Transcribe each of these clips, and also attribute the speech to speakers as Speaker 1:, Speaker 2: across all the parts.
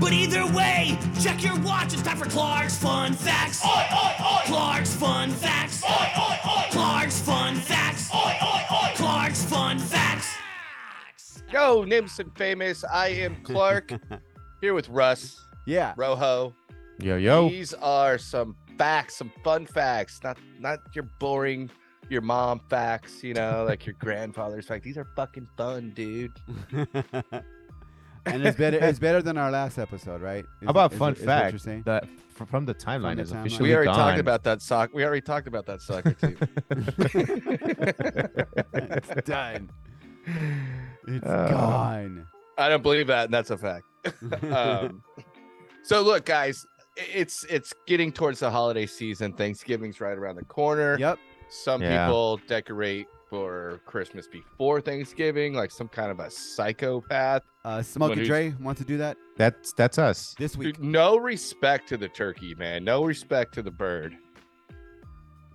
Speaker 1: But either way, check your watch. It's time for Clark's Fun Facts. Oi, oi, oi. Clark's Fun Facts. Oi, oi, oi. Clark's Fun Facts. Oi, oi, oi. Clark's Fun Facts.
Speaker 2: Yo, Nims and famous. I am Clark here with Russ
Speaker 3: Yeah.
Speaker 2: Rojo.
Speaker 3: Yo yo.
Speaker 2: These are some facts, some fun facts, not not your boring your mom facts, you know, like your grandfather's fact. These are fucking fun, dude.
Speaker 3: and it's better. It's better than our last episode, right? Is-
Speaker 4: How about
Speaker 3: is-
Speaker 4: fun
Speaker 3: is what
Speaker 4: fact
Speaker 3: you're saying?
Speaker 4: that f- from the timeline
Speaker 3: the
Speaker 4: is
Speaker 3: timeline.
Speaker 4: officially
Speaker 2: We already
Speaker 4: gone.
Speaker 2: talked about that sock. We already talked about that soccer team.
Speaker 3: it's done. It's
Speaker 4: Uh,
Speaker 3: gone.
Speaker 2: I don't believe that, and that's a fact. um, so look, guys, i- it's it's getting towards the holiday season. Thanksgiving's right around the corner.
Speaker 3: Yep.
Speaker 2: Some
Speaker 4: Yeah.
Speaker 2: people decorate for Christmas before Thanksgiving, like some kind of a psychopath.
Speaker 3: Uh, Smokey
Speaker 2: is-
Speaker 3: Dre wants to do that
Speaker 4: That's that's us.
Speaker 3: this week.
Speaker 2: Dude, no respect to the turkey, man. No respect to the bird.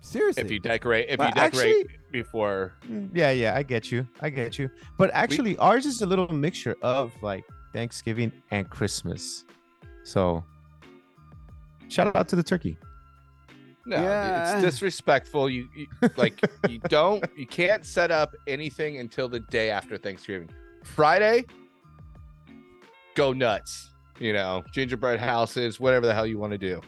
Speaker 3: Seriously.
Speaker 2: If you decorate, if you
Speaker 4: Well,
Speaker 2: decorate before,
Speaker 4: Mm, Yeah, yeah, I get you. I get you. But actually, ours is a little mixture of like Thanksgiving and Christmas. So, shout out to the turkey.
Speaker 2: no, dude,
Speaker 3: Yeah.
Speaker 2: it's disrespectful. You, you like you don't, you can't set up anything until the day after Thanksgiving. Friday, go nuts. You know, gingerbread houses, whatever the hell you want to do.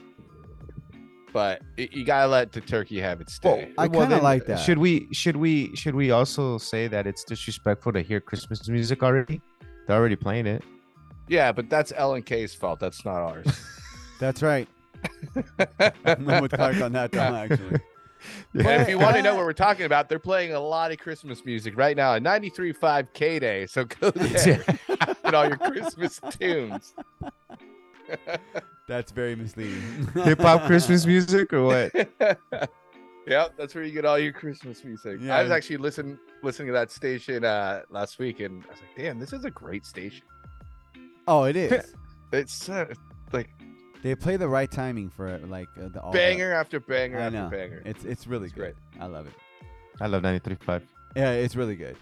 Speaker 2: But y- you gotta let the turkey have its day.
Speaker 3: I kind
Speaker 4: Well,
Speaker 3: of
Speaker 4: then,
Speaker 3: like that.
Speaker 4: Should we? Should we? Should we also say that it's disrespectful to hear Christmas music already? They're already playing it.
Speaker 2: Yeah, but that's L and K's fault. That's not ours.
Speaker 3: That's right. I'm with Clark on that one, actually.
Speaker 2: And if you want to know what we're talking about, they're playing a lot of Christmas music right now at 93.5 K Day. So go there and all your Christmas tunes.
Speaker 3: That's very misleading.
Speaker 4: Hip hop Christmas music or what?
Speaker 2: yep, that's where you get all your Christmas music. I was
Speaker 3: Yeah.
Speaker 2: actually listening listening to that station uh, last week, and I was like, "Damn, this is a great station."
Speaker 3: Oh, it is.
Speaker 2: It's uh,
Speaker 3: They play the right timing for it, like uh, the all the-
Speaker 2: banger after banger
Speaker 3: I
Speaker 2: after
Speaker 3: know.
Speaker 2: banger.
Speaker 3: It's it's really
Speaker 2: It's
Speaker 3: good. I love it.
Speaker 4: I love 93.5.
Speaker 3: Yeah, it's really good.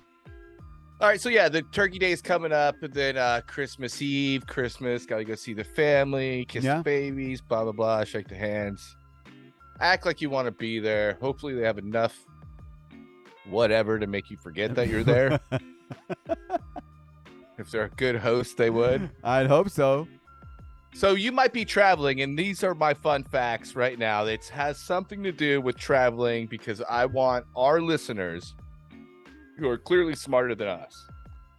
Speaker 2: All right, so yeah, the Turkey Day is coming up, and then uh, Christmas Eve, Christmas, gotta go see the family, kiss
Speaker 3: Yeah.
Speaker 2: the babies, blah blah blah, shake the hands, act like you want to be there. Hopefully, they have enough whatever to make you forget that you're there. if they're a good host, they would.
Speaker 3: I'd hope so.
Speaker 2: So you might be traveling, and these are my fun facts right now. It has something to do with traveling because I want our listeners, who are clearly smarter than us.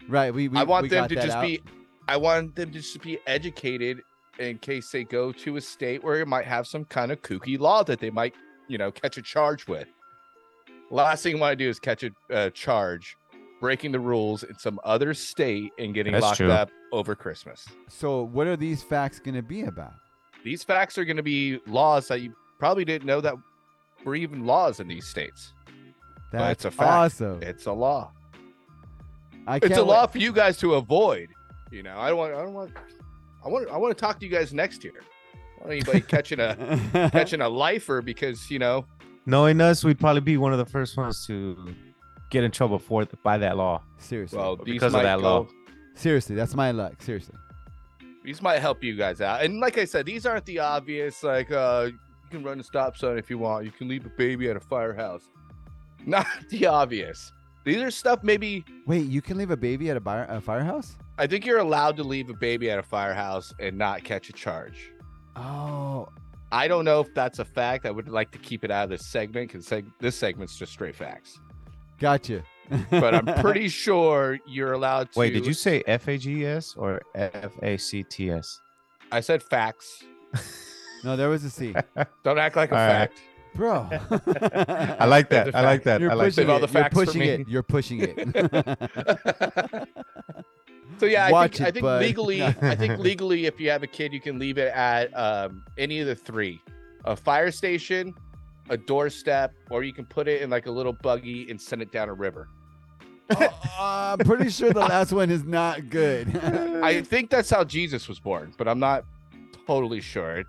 Speaker 3: Right. We, we
Speaker 2: I want
Speaker 3: we
Speaker 2: them
Speaker 3: got
Speaker 2: to
Speaker 3: that
Speaker 2: just
Speaker 3: out.
Speaker 2: be I want them to just be educated in case they go to a state where it might have some kind of kooky law that they might, you know, catch a charge with. Last thing you want to do is catch a uh, charge breaking the rules in some other state and getting
Speaker 4: That's
Speaker 2: locked
Speaker 4: true.
Speaker 2: up over Christmas.
Speaker 3: So, what are these facts going to be about?
Speaker 2: These facts are going to be laws that you probably didn't know that were even laws in these states. Well,
Speaker 3: That's
Speaker 2: it's a fact.
Speaker 3: awesome.
Speaker 2: It's a law.
Speaker 3: I
Speaker 2: it's a
Speaker 3: can't
Speaker 2: law
Speaker 3: wait-
Speaker 2: for you guys to avoid. You know, I don't want. I don't want. I want. I want to talk to you guys next year. I want anybody catching a catching a lifer because you know.
Speaker 4: Knowing us, we'd probably be one of the first ones to get in trouble for by that law.
Speaker 3: Seriously.
Speaker 2: Well, these
Speaker 4: because of
Speaker 2: might
Speaker 4: that law.
Speaker 2: go-
Speaker 3: Seriously, that's my luck. Seriously.
Speaker 2: These might help you guys out. And like I said, these aren't the obvious. Like, uh, you can run a stop sign if you want. You can leave a baby at a firehouse. Not the obvious. These are stuff maybe.
Speaker 3: Wait, you can leave a baby at a, bar- a firehouse?
Speaker 2: I think you're allowed to leave a baby at a firehouse and not catch a charge.
Speaker 3: Oh,
Speaker 2: I don't know if that's a fact. I would like to keep it out of this segment because seg- this segment's just straight facts.
Speaker 3: gotcha.
Speaker 2: but I'm pretty sure you're allowed to.
Speaker 4: Wait, did you say F A G E S or F A C T S?
Speaker 2: I said facts.
Speaker 3: no, there was a C.
Speaker 2: Don't act like a
Speaker 4: All right.
Speaker 2: fact.
Speaker 3: bro.
Speaker 4: I like that. I like that.
Speaker 3: You're
Speaker 4: I like
Speaker 3: pushing
Speaker 4: that.
Speaker 3: it.
Speaker 2: all the facts for
Speaker 3: You're pushing
Speaker 2: me.
Speaker 3: it. You're pushing it.
Speaker 2: So yeah, I
Speaker 3: Watch
Speaker 2: think, I
Speaker 3: it,
Speaker 2: think
Speaker 3: bud.
Speaker 2: legally, I think legally, if you have a kid, you can leave it at um, any of the three: a fire station, a doorstep, or you can put it in like a little buggy and send it down a river.
Speaker 3: Uh, I'm pretty sure the last one is not good. Mm.
Speaker 2: I think that's how Jesus was born, but I'm not totally sure.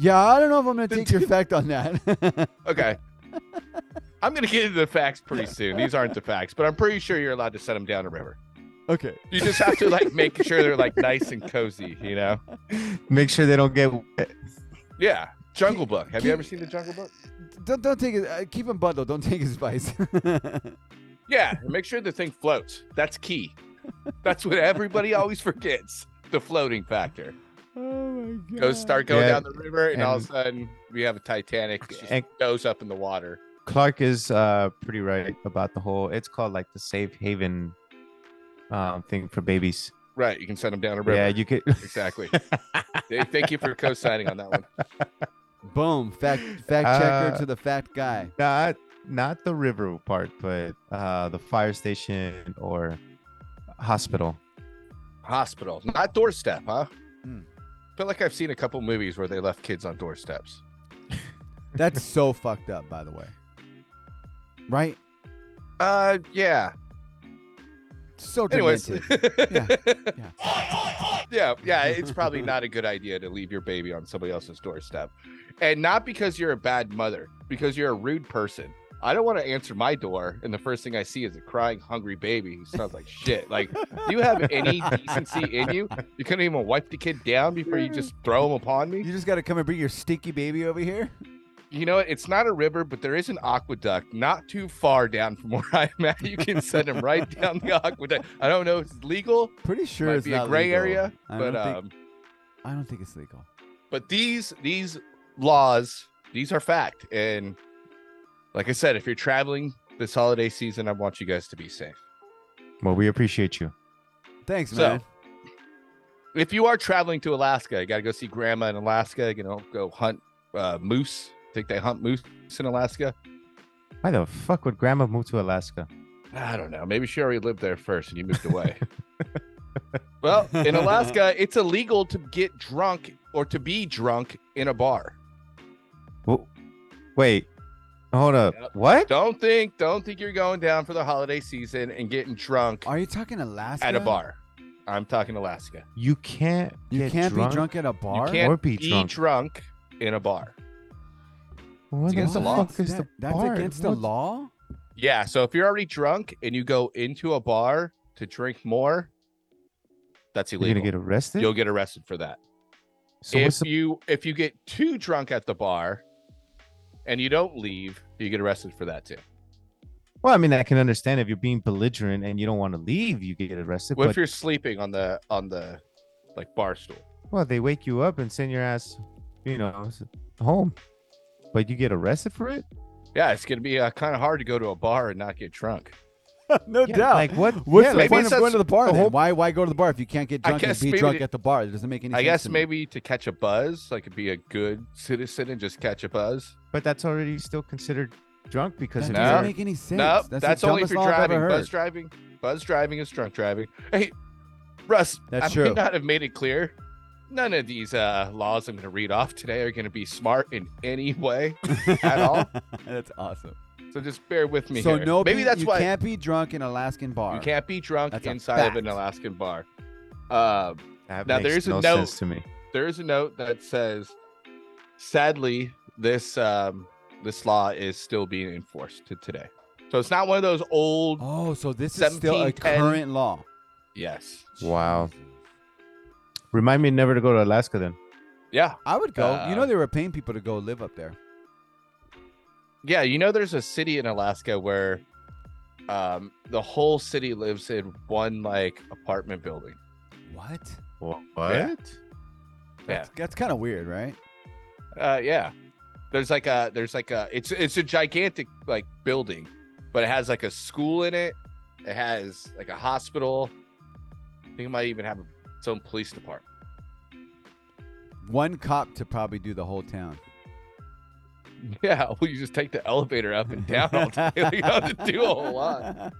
Speaker 3: yeah, I don't know if I'm gonna take your fact on that.
Speaker 2: Okay. I'm gonna get into the facts pretty soon. These aren't the facts, but I'm pretty sure you're allowed to send them down a river.
Speaker 3: okay.
Speaker 2: You just have to like make sure they're like nice and cozy, you know?
Speaker 4: Make sure they don't get. wet.
Speaker 2: Yeah. Jungle Book. Have you
Speaker 3: keep-
Speaker 2: ever seen the Jungle Book?
Speaker 3: Don't don't take it. Uh, keep him bundled. Don't take his advice.
Speaker 2: Yeah, and make sure the thing floats. That's key. That's what everybody always forgets: the floating factor.
Speaker 3: oh my god.
Speaker 2: Go start going
Speaker 4: Yeah,
Speaker 2: down the river, and, all of a sudden we have a Titanic. It just
Speaker 4: And-
Speaker 2: goes up in the water.
Speaker 4: Clark is uh pretty right about the whole. It's called like the safe haven, um thing for babies.
Speaker 2: Right, you can send them down a river.
Speaker 4: Yeah, you could.
Speaker 2: exactly. Dave, Thank you for co-signing on that one.
Speaker 3: Boom. Fact fact checker
Speaker 4: Uh,
Speaker 3: to the fact guy.
Speaker 4: not not the river part, but uh the fire station or hospital.
Speaker 2: Hospital, not doorstep, huh?
Speaker 3: Hmm.
Speaker 2: Feel like I've seen a couple movies where they left kids on doorsteps.
Speaker 3: That's so fucked up, by the way. Right?
Speaker 2: Uh, yeah.
Speaker 3: So
Speaker 2: Anyways,
Speaker 3: demented.
Speaker 2: yeah.
Speaker 3: yeah.
Speaker 2: yeah, yeah, it's probably not a good idea to leave your baby on somebody else's doorstep. And not because you're a bad mother, because you're a rude person. I don't want to answer my door, and the first thing I see is a crying, hungry baby who sounds like shit. Like, do you have any decency in you? You couldn't even wipe the kid down before you just throw him upon me?
Speaker 3: You just gotta come and bring your stinky baby over here.
Speaker 2: You know, what? it's not a river, but there is an aqueduct not too far down from where I'm at. You can send him right down the aqueduct. I don't know if it's legal,
Speaker 3: Pretty sure
Speaker 2: might
Speaker 3: it's
Speaker 2: be
Speaker 3: not
Speaker 2: a gray
Speaker 3: legal.
Speaker 2: area,
Speaker 3: I
Speaker 2: but
Speaker 3: don't think,
Speaker 2: um,
Speaker 3: I don't think it's legal.
Speaker 2: but these these laws these are fact and like i said if you're traveling this holiday season i want you guys to be safe
Speaker 4: Well, we appreciate you.
Speaker 3: Thanks,
Speaker 2: So-
Speaker 3: man.
Speaker 2: if you are traveling to alaska you gotta go see grandma in alaska you know go hunt uh, moose i think they hunt moose in alaska
Speaker 4: Why the fuck would grandma move to Alaska?
Speaker 2: i don't know maybe she already lived there first and you moved away well in alaska it's illegal to get drunk or to be drunk in a bar
Speaker 4: Wh- Wait, hold up.
Speaker 2: Yep.
Speaker 4: What?
Speaker 2: don't think don't think you're going down for the holiday season and getting drunk
Speaker 3: Are you talking Alaska?
Speaker 2: at a bar. I'm talking Alaska.
Speaker 4: You can't.
Speaker 3: You
Speaker 4: get
Speaker 3: can't
Speaker 4: drunk?
Speaker 3: be drunk at a bar.
Speaker 2: You can't
Speaker 4: Or be
Speaker 2: be,
Speaker 4: drunk.
Speaker 2: drunk. in a bar.
Speaker 4: What
Speaker 2: against the law.
Speaker 4: fuck is
Speaker 3: That-
Speaker 4: the
Speaker 3: that's
Speaker 4: bar?
Speaker 3: against the
Speaker 4: What-
Speaker 3: law.
Speaker 2: Yeah. So if you're already drunk and you go into a bar to drink more, that's
Speaker 4: You're gonna
Speaker 2: illegal.
Speaker 4: get arrested.
Speaker 2: You'll get arrested for that.
Speaker 4: so
Speaker 2: if
Speaker 4: what's the,
Speaker 2: you if you get too drunk at the bar and you don't leave, you get arrested for that too.
Speaker 4: well, I mean, I can understand if you're being belligerent and you don't want to leave, you get arrested.
Speaker 2: What
Speaker 4: but
Speaker 2: if you're sleeping on the on the like bar stool?
Speaker 4: Well, they wake you up and send your ass, you know, s- home. But you get arrested for it?
Speaker 2: Yeah, it's gonna be uh, kind of hard to go to a bar and not get drunk.
Speaker 3: no
Speaker 4: Yeah,
Speaker 3: doubt.
Speaker 4: Like what?
Speaker 3: What's
Speaker 4: yeah,
Speaker 3: the
Speaker 4: like,
Speaker 2: maybe
Speaker 3: point of
Speaker 2: that's
Speaker 3: going to the bar?
Speaker 2: the
Speaker 3: then?
Speaker 2: whole-
Speaker 3: Why why go to the bar if you can't get
Speaker 2: I
Speaker 3: drunk and
Speaker 2: guess
Speaker 3: be
Speaker 2: maybe
Speaker 3: drunk
Speaker 2: the-
Speaker 3: at the bar? It doesn't make any
Speaker 2: I
Speaker 3: sense.
Speaker 2: guess
Speaker 3: to me.
Speaker 2: maybe to catch a buzz, like it'd be a good citizen and just catch a buzz.
Speaker 4: but that's already still considered drunk because
Speaker 3: That
Speaker 4: if
Speaker 2: No.
Speaker 3: doesn't
Speaker 4: you're
Speaker 3: make any sense.
Speaker 2: No,
Speaker 3: the
Speaker 2: that's, only if
Speaker 3: dumbest
Speaker 2: you're
Speaker 3: law I've ever
Speaker 2: driving.
Speaker 3: heard.
Speaker 2: Buzz driving, buzz driving is drunk driving. Hey, Russ,
Speaker 3: That's
Speaker 2: I
Speaker 3: true.
Speaker 2: may not have made it clear. None of these uh, laws I'm going to read off today are going to be smart in any way at all.
Speaker 3: that's awesome.
Speaker 2: So just bear with me.
Speaker 3: so
Speaker 2: here.
Speaker 3: no,
Speaker 2: maybe
Speaker 3: be-
Speaker 2: that's
Speaker 3: you
Speaker 2: why
Speaker 3: can't be drunk in Alaskan bar.
Speaker 2: you can't be drunk
Speaker 3: That's a
Speaker 2: inside of an
Speaker 3: fact.
Speaker 2: Alaskan bar. Um,
Speaker 4: that
Speaker 2: Now,
Speaker 4: makes
Speaker 2: there is a
Speaker 4: no
Speaker 2: note.
Speaker 4: sense to me.
Speaker 2: there is a note that says, sadly, this um, this law is still being enforced to today. So it's not one of those old.
Speaker 3: Oh, so this is still a
Speaker 2: 1710.
Speaker 3: current law.
Speaker 2: Yes.
Speaker 4: Wow. Remind me never to go to Alaska then.
Speaker 2: Yeah.
Speaker 3: I would go. you know
Speaker 2: Uh,
Speaker 3: they were paying people to go live up there.
Speaker 2: Yeah, you know, there's a city in Alaska where um, the whole city lives in one like apartment building.
Speaker 3: What?
Speaker 4: What?
Speaker 3: That's, that's kind of weird, right?
Speaker 2: Uh, yeah, there's like a there's like a it's it's a gigantic like building, but it has like a school in it. It has like a hospital. I think it might even have its own police department.
Speaker 3: One cop to probably do the whole town.
Speaker 2: Yeah, well, you just take the elevator up and down all day. you don't have to do a whole lot.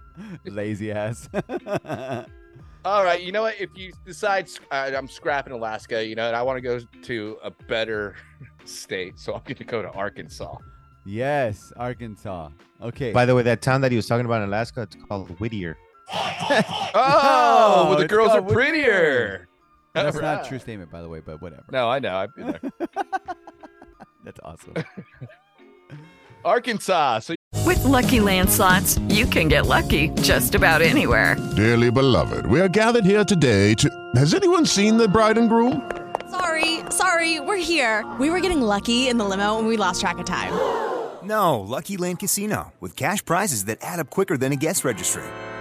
Speaker 3: Lazy ass.
Speaker 2: All right, you know what? If you decide uh, I'm scrapping Alaska, you know, and I want to go to a better state, so I'm going to go to Arkansas.
Speaker 3: yes, Arkansas. Okay.
Speaker 4: By the way, that town that he was talking about in Alaska, it's called Whittier.
Speaker 2: Oh, well, the
Speaker 3: it's
Speaker 2: girls are
Speaker 3: called Whittier.
Speaker 2: prettier.
Speaker 3: That's
Speaker 2: All
Speaker 3: not a
Speaker 2: right.
Speaker 3: true statement, by the way, but whatever.
Speaker 2: No, I know. I've been there.
Speaker 3: That's awesome.
Speaker 2: Arkansas. So
Speaker 5: With Lucky Land slots, you can get lucky just about anywhere.
Speaker 6: Dearly beloved, we are gathered here today to. Has anyone seen the bride and groom?
Speaker 5: Sorry, sorry, we're here. We were getting lucky in the limo and we lost track of time.
Speaker 7: No, Lucky Land Casino, with cash prizes that add up quicker than a guest registry.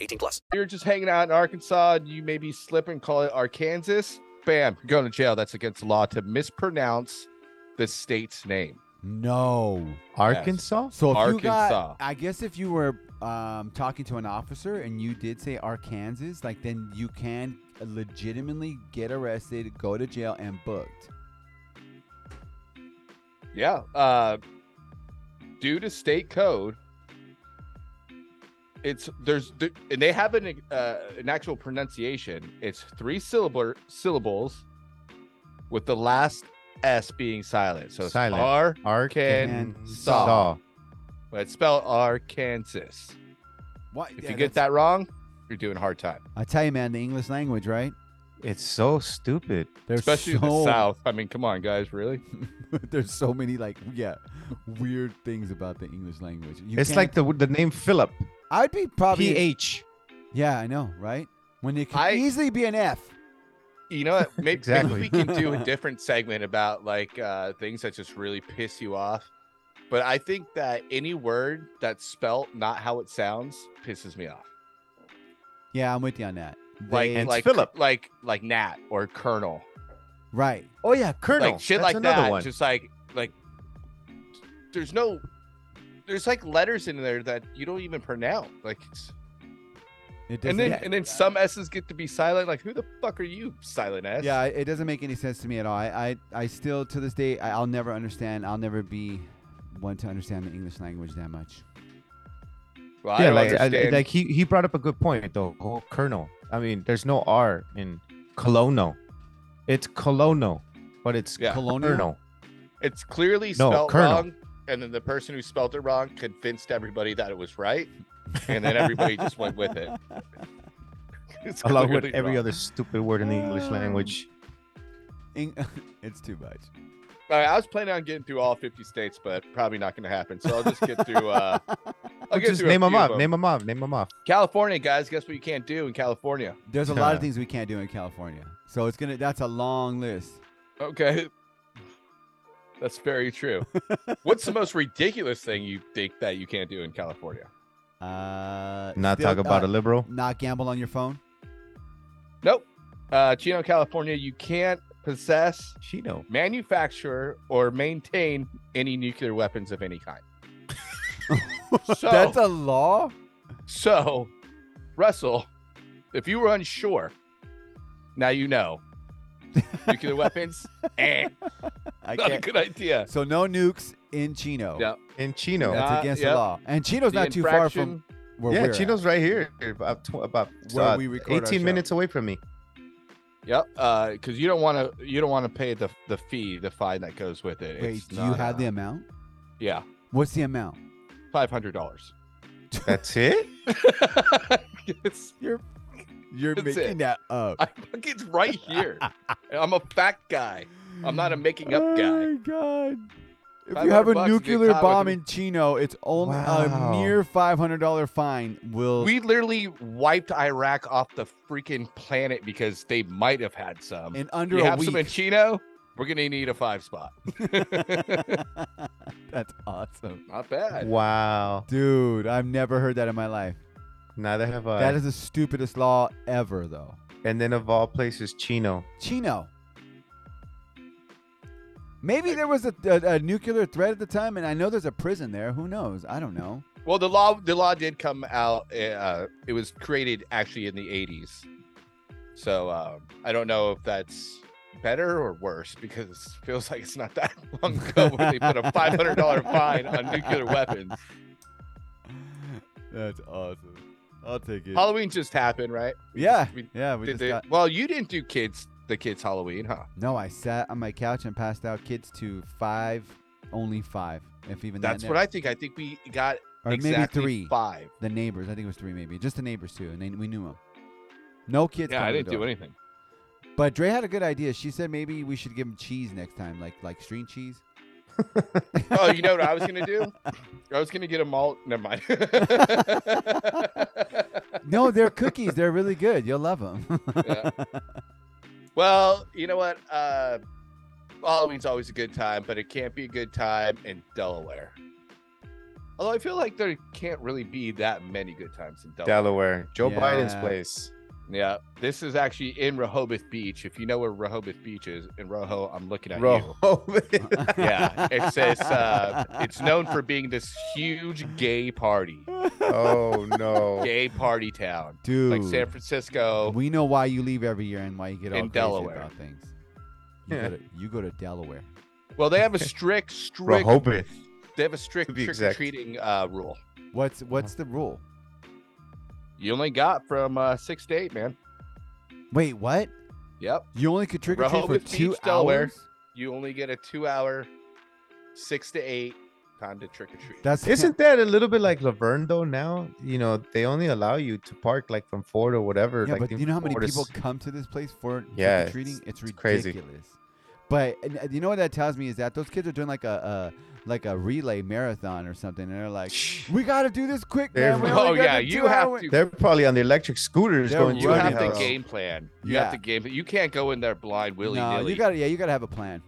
Speaker 8: 18 plus.
Speaker 2: you're just hanging out in Arkansas and you maybe slip and call it Arkansas. Bam, you're going to jail. That's against the law to mispronounce the state's name.
Speaker 3: No.
Speaker 4: Arkansas?
Speaker 3: So if you
Speaker 2: Arkansas.
Speaker 3: got, I guess if you were um, talking to an officer and you did say Arkansas, like then you can legitimately get arrested, go to jail, and booked.
Speaker 2: Yeah. Uh, due to state code, it's there's th- and they have an uh, an actual pronunciation. It's three syllable syllables with the last s being silent. So it's
Speaker 4: Silent.
Speaker 2: R
Speaker 4: Saw.
Speaker 2: Arkansas. But it's spelled Arkansas.
Speaker 3: What?
Speaker 2: If
Speaker 3: Yeah,
Speaker 2: you get
Speaker 3: that's-
Speaker 2: that wrong, you're doing a hard time.
Speaker 3: I tell you, man, the English language, right?
Speaker 4: It's so stupid.
Speaker 3: There's
Speaker 2: Especially
Speaker 3: so,
Speaker 2: in the South. I mean, come on, guys, really?
Speaker 3: there's so many like yeah, weird things about the English language. You
Speaker 4: it's
Speaker 3: can't-
Speaker 4: like the the name Philip.
Speaker 3: I'd be probably
Speaker 4: PH.
Speaker 3: Yeah, I know, right? When it can
Speaker 2: I-
Speaker 3: easily be an F.
Speaker 2: You know what? Maybe,
Speaker 4: Exactly.
Speaker 2: maybe we can do a different segment about like uh, things that just really piss you off. But I think that any word that's spelt not how it sounds pisses me off.
Speaker 3: Yeah, I'm with you on that.
Speaker 2: Like
Speaker 3: They-
Speaker 4: And
Speaker 2: like
Speaker 4: Philip.
Speaker 2: like like Nat or Colonel,
Speaker 3: right.
Speaker 4: Oh yeah, Colonel.
Speaker 2: like shit
Speaker 4: That's
Speaker 2: like
Speaker 4: another
Speaker 2: that.
Speaker 4: One.
Speaker 2: Just like like there's no there's like letters in there that you don't even pronounce. Like it's,
Speaker 3: It doesn't
Speaker 2: and then
Speaker 3: yeah,
Speaker 2: and then some s's get to be silent. Like who the fuck are you, silent s?
Speaker 3: yeah, it doesn't make any sense to me at all. I I, I still to this day I, I'll never understand. I'll never be one to understand the English language that much.
Speaker 2: Well, I
Speaker 4: yeah,
Speaker 2: don't
Speaker 4: like I-
Speaker 2: understand.
Speaker 4: like he he brought up a good point though. Oh, Colonel. I mean, there's no R in Colono. It's Colono, but it's
Speaker 2: Yeah.
Speaker 3: Colonial?
Speaker 4: Colonel.
Speaker 2: It's clearly
Speaker 4: No,
Speaker 2: spelled
Speaker 4: Colonel.
Speaker 2: wrong, and then the person who spelled it wrong convinced everybody that it was right, and then everybody just went with it. It's
Speaker 4: along with
Speaker 2: clearly
Speaker 4: every
Speaker 2: wrong.
Speaker 4: other stupid word in the English
Speaker 3: Uh,
Speaker 4: language.
Speaker 3: Eng- it's too much.
Speaker 2: All right, I was planning on getting through all 50 states, but probably not going to happen. So I'll just get through. Uh, I'll get
Speaker 4: Just
Speaker 2: through
Speaker 4: name
Speaker 2: a
Speaker 4: them
Speaker 2: few
Speaker 4: off.
Speaker 2: of
Speaker 4: Name them off. Name them off.
Speaker 2: California, guys. Guess what you can't do in California?
Speaker 3: There's a lot
Speaker 4: Yeah.
Speaker 3: of things we can't do in California. So it's gonna that's a long list.
Speaker 2: Okay, that's very true. What's the most ridiculous thing you think that you can't do in California?
Speaker 3: Uh
Speaker 4: Not
Speaker 3: still-
Speaker 4: talk about
Speaker 3: uh,
Speaker 4: a liberal.
Speaker 3: Not gamble on your phone.
Speaker 2: Nope. Uh, Chino, California, you can't possess
Speaker 4: Chino.
Speaker 2: manufacture or maintain any nuclear weapons of any kind. so,
Speaker 3: That's a law?
Speaker 2: so, Russell, if you were unsure, now you know. Nuclear weapons, eh,
Speaker 3: I
Speaker 2: not a
Speaker 3: can't.
Speaker 2: good idea.
Speaker 3: So no nukes in Chino.
Speaker 2: Yeah,
Speaker 4: In Chino.
Speaker 2: Yeah.
Speaker 3: That's
Speaker 2: Uh,
Speaker 3: against
Speaker 2: yep.
Speaker 3: the law. And Chino's
Speaker 2: The
Speaker 3: not too far
Speaker 2: infraction-
Speaker 3: from where
Speaker 4: yeah,
Speaker 3: we're at.
Speaker 4: Chino's right here, about tw- about
Speaker 3: Where
Speaker 4: uh,
Speaker 3: we record our
Speaker 4: 18
Speaker 3: show.
Speaker 4: minutes away from me.
Speaker 2: Yep, because you don't want to you don't want to pay the the fee, the fine that goes with it.
Speaker 3: Wait,
Speaker 2: It's
Speaker 3: do you
Speaker 2: not,
Speaker 3: have the
Speaker 2: uh,
Speaker 3: amount?
Speaker 2: Yeah,
Speaker 3: What's the amount?
Speaker 2: five hundred dollars.
Speaker 4: That's it.
Speaker 2: it's,
Speaker 3: You're you're
Speaker 2: That's
Speaker 3: making
Speaker 2: it.
Speaker 3: that up.
Speaker 2: I think it's right here. I'm a fact guy. I'm not a making up guy.
Speaker 3: god. If you have
Speaker 2: 500
Speaker 3: a
Speaker 2: bucks, you get
Speaker 3: nuclear
Speaker 2: caught with
Speaker 3: bomb
Speaker 2: a-
Speaker 3: in Chino, it's only
Speaker 2: Wow.
Speaker 3: a mere five hundred dollar fine. Will
Speaker 2: We literally wiped Iraq off the freaking planet because they might have had some.
Speaker 3: In under
Speaker 2: you
Speaker 3: a
Speaker 2: have some in
Speaker 3: week.
Speaker 2: Chino, we're gonna need a five spot.
Speaker 3: that's awesome.
Speaker 2: Not bad.
Speaker 3: Wow, dude, I've never heard that in my life.
Speaker 4: Neither have I.
Speaker 3: That is the stupidest law ever, though.
Speaker 4: and then of all places, Chino.
Speaker 3: Chino. Maybe there was a, a, a nuclear threat at the time, and I know there's a prison there. Who knows? I don't know.
Speaker 2: Well, the law the law did come out. Uh, it was created actually in the '80s, so um, I don't know if that's better or worse because it feels like it's not that long ago where they put a $500 fine on nuclear weapons.
Speaker 3: That's awesome. I'll take it.
Speaker 2: Halloween just happened, right?
Speaker 3: Yeah,
Speaker 2: We-
Speaker 3: yeah. We
Speaker 2: did
Speaker 3: just
Speaker 2: they-
Speaker 3: got,
Speaker 2: well, you didn't do kids the kids Halloween, huh?
Speaker 3: no, I sat on my couch and passed out kids to five, only five, if even that
Speaker 2: That's
Speaker 3: now.
Speaker 2: what I think. I think we got
Speaker 3: or
Speaker 2: exactly
Speaker 3: maybe three,
Speaker 2: five.
Speaker 3: The neighbors, I think it was three, maybe just the neighbors too, and they, we knew them. No kids.
Speaker 2: Yeah, I
Speaker 3: come to the
Speaker 2: didn't do
Speaker 3: door.
Speaker 2: anything.
Speaker 3: But Dre had a good idea. She said maybe we should give him cheese next time, like like string cheese.
Speaker 2: Oh, you know what I was gonna do? I was gonna get a malt. Never mind.
Speaker 3: No, they're cookies. They're really good. You'll love them.
Speaker 2: Yeah. Well, you know what? Uh, Halloween's always a good time, but it can't be a good time in Delaware. Although I feel like there can't really be that many good times in Delaware.
Speaker 4: Delaware. Joe Biden's
Speaker 2: Yeah.
Speaker 4: place.
Speaker 2: Yeah, this is actually in Rehoboth Beach. If you know where Rehoboth Beach is, in Rojo, I'm looking at
Speaker 4: Rehoboth.
Speaker 2: you. yeah, it says uh, it's known for being this huge gay party,
Speaker 4: Oh no.
Speaker 2: gay party town, like
Speaker 3: Dude.
Speaker 2: San Francisco.
Speaker 3: we know why you leave every year and why you get all
Speaker 2: In
Speaker 3: crazy
Speaker 2: Delaware.
Speaker 3: about things. You,
Speaker 2: Yeah.
Speaker 3: go to, you go to Delaware.
Speaker 2: Well, they have a strict, strict.
Speaker 4: Rehoboth.
Speaker 2: They have a strict
Speaker 4: To be
Speaker 2: trick
Speaker 4: exact.
Speaker 2: or treating uh, rule.
Speaker 3: What's
Speaker 2: Uh-huh.
Speaker 3: what's the rule?
Speaker 2: You only got from uh, six to eight, man.
Speaker 3: Wait, what?
Speaker 2: Yep.
Speaker 3: You only could trick or treat for
Speaker 2: Rehoboth
Speaker 3: two
Speaker 2: Beach, Delaware.
Speaker 3: hours.
Speaker 2: You only get a two-hour, six to eight time to trick or treat.
Speaker 3: That's
Speaker 4: isn't that a little bit like Laverne though? Now you know they only allow you to park like from four to whatever.
Speaker 3: Yeah,
Speaker 4: like
Speaker 3: but
Speaker 4: the
Speaker 3: you know how many
Speaker 4: four to
Speaker 3: people
Speaker 4: s-
Speaker 3: come to this place for
Speaker 4: Yeah,
Speaker 3: trick or treating? It's,
Speaker 4: it's
Speaker 3: ridiculous.
Speaker 4: crazy.
Speaker 3: But and, uh, you know what that tells me is that those kids are doing like a, a like a relay marathon or something, and they're like, "We got to do this quick,
Speaker 4: They're-
Speaker 3: man." we
Speaker 2: Oh,
Speaker 3: only got
Speaker 2: yeah,
Speaker 3: the
Speaker 2: you
Speaker 3: two
Speaker 2: have
Speaker 3: hour-
Speaker 2: to-
Speaker 4: They're probably on the electric scooters
Speaker 3: They're
Speaker 4: going.
Speaker 2: You
Speaker 4: to
Speaker 2: have
Speaker 4: the
Speaker 2: to
Speaker 4: house.
Speaker 2: game plan. You have
Speaker 3: Yeah.
Speaker 2: to game. You can't go in there blind willy
Speaker 3: No,
Speaker 2: nilly.
Speaker 3: you got to yeah, you got to have a plan.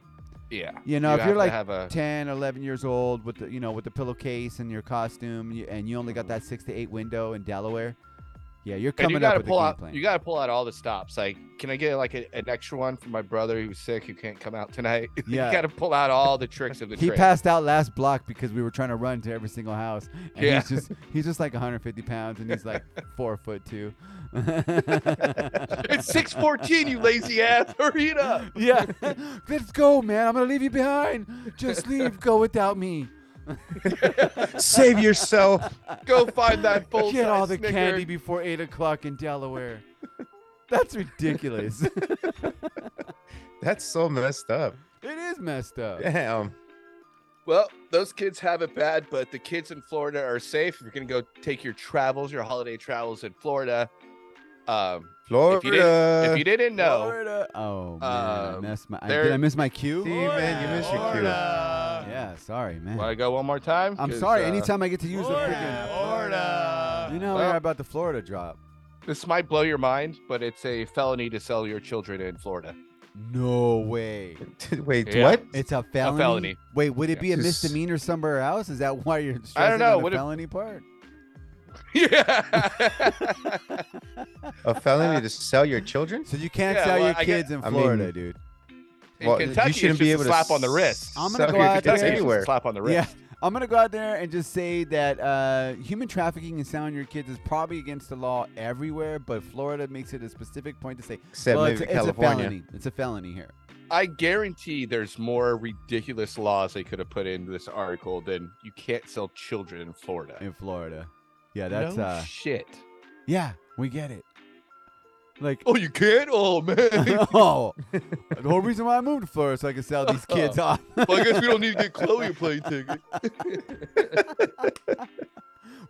Speaker 2: yeah.
Speaker 3: You know, if
Speaker 2: have
Speaker 3: you're
Speaker 2: to
Speaker 3: like
Speaker 2: have a
Speaker 3: 10, 11 years old with the you know with the pillowcase and your costume, you, and you only got that six to eight window in Delaware, yeah, you're
Speaker 2: and
Speaker 3: coming
Speaker 2: you
Speaker 3: up
Speaker 2: gotta
Speaker 3: with
Speaker 2: pull
Speaker 3: a game
Speaker 2: out.
Speaker 3: plan.
Speaker 2: You got to pull out all the stops. Like, can I get like a, an extra one for my brother who's sick who can't come out tonight?
Speaker 3: Yeah.
Speaker 2: you got to pull out all the tricks of the
Speaker 3: he
Speaker 2: trade.
Speaker 3: passed out last block because we were trying to run to every single house. And
Speaker 2: Yeah.
Speaker 3: he's just he's just like 150 pounds and he's like four foot two.
Speaker 2: It's
Speaker 3: it's
Speaker 2: six fourteen, you lazy ass. Hurry it up.
Speaker 3: Yeah. Let's go, man. I'm gonna leave you behind. Just leave. Go without me.
Speaker 4: Save yourself.
Speaker 2: Go find that full
Speaker 3: Get all the
Speaker 2: Snicker.
Speaker 3: candy before eight o'clock in Delaware. That's ridiculous. it
Speaker 4: That's so messed up.
Speaker 3: is messed up.
Speaker 4: Damn.
Speaker 2: Well, those kids have it bad, but the kids in Florida are safe. If you're gonna go take your travels, your holiday travels in Florida, um, If you didn't,
Speaker 4: Florida.
Speaker 2: if you didn't know,
Speaker 3: Florida. Oh man,
Speaker 2: Um,
Speaker 3: I missed my. I,
Speaker 2: there-
Speaker 3: did I miss my cue?
Speaker 4: See, man, you missed your cue.
Speaker 2: Florida.
Speaker 3: Yeah, sorry, man.
Speaker 2: Want to go one more time?
Speaker 3: I'm
Speaker 2: 'Cause,
Speaker 3: sorry.
Speaker 2: uh,
Speaker 3: Anytime I get to use the freaking You know
Speaker 2: Well-
Speaker 3: we're about the Florida drop.
Speaker 2: This might blow your mind, but it's a felony to sell your children in Florida.
Speaker 3: No way.
Speaker 4: Wait,
Speaker 2: Yeah.
Speaker 4: what?
Speaker 3: It's a felony.
Speaker 2: felony.
Speaker 3: Wait, would it be a
Speaker 4: Yes.
Speaker 3: misdemeanor somewhere else? Is that why you're stressing
Speaker 2: know.
Speaker 3: on the
Speaker 2: Would it-
Speaker 3: felony part?
Speaker 2: yeah.
Speaker 4: A felony to sell your children?
Speaker 3: So you can't
Speaker 2: Yeah,
Speaker 3: sell
Speaker 2: well,
Speaker 3: your
Speaker 2: I
Speaker 3: kids
Speaker 2: get-
Speaker 3: in
Speaker 4: I mean,
Speaker 3: Florida, dude.
Speaker 2: In Kentucky, it's just a slap on the wrist.
Speaker 3: I'm gonna
Speaker 4: sell
Speaker 3: go
Speaker 4: your
Speaker 3: out
Speaker 4: kids
Speaker 3: there-
Speaker 4: anywhere.
Speaker 2: Slap on the wrist.
Speaker 3: Yeah, I'm gonna go out there and just say that uh, human trafficking and selling your kids is probably against the law everywhere, but Florida makes it a specific point to say,
Speaker 4: Except
Speaker 3: well,
Speaker 4: maybe
Speaker 3: it's, it's a
Speaker 4: California.
Speaker 3: felony. It's a felony here.
Speaker 2: I guarantee there's more ridiculous laws they could have put into this article than you can't sell children in Florida.
Speaker 3: in Florida. Yeah, that's
Speaker 2: no
Speaker 3: uh
Speaker 2: shit.
Speaker 3: yeah, we get it. Like
Speaker 2: Oh, you can't? Oh man.
Speaker 3: oh, the whole reason why I moved to Florida is so I could sell these kids
Speaker 2: Oh.
Speaker 3: off.
Speaker 2: well, I guess we don't need to get Chloe a plane ticket.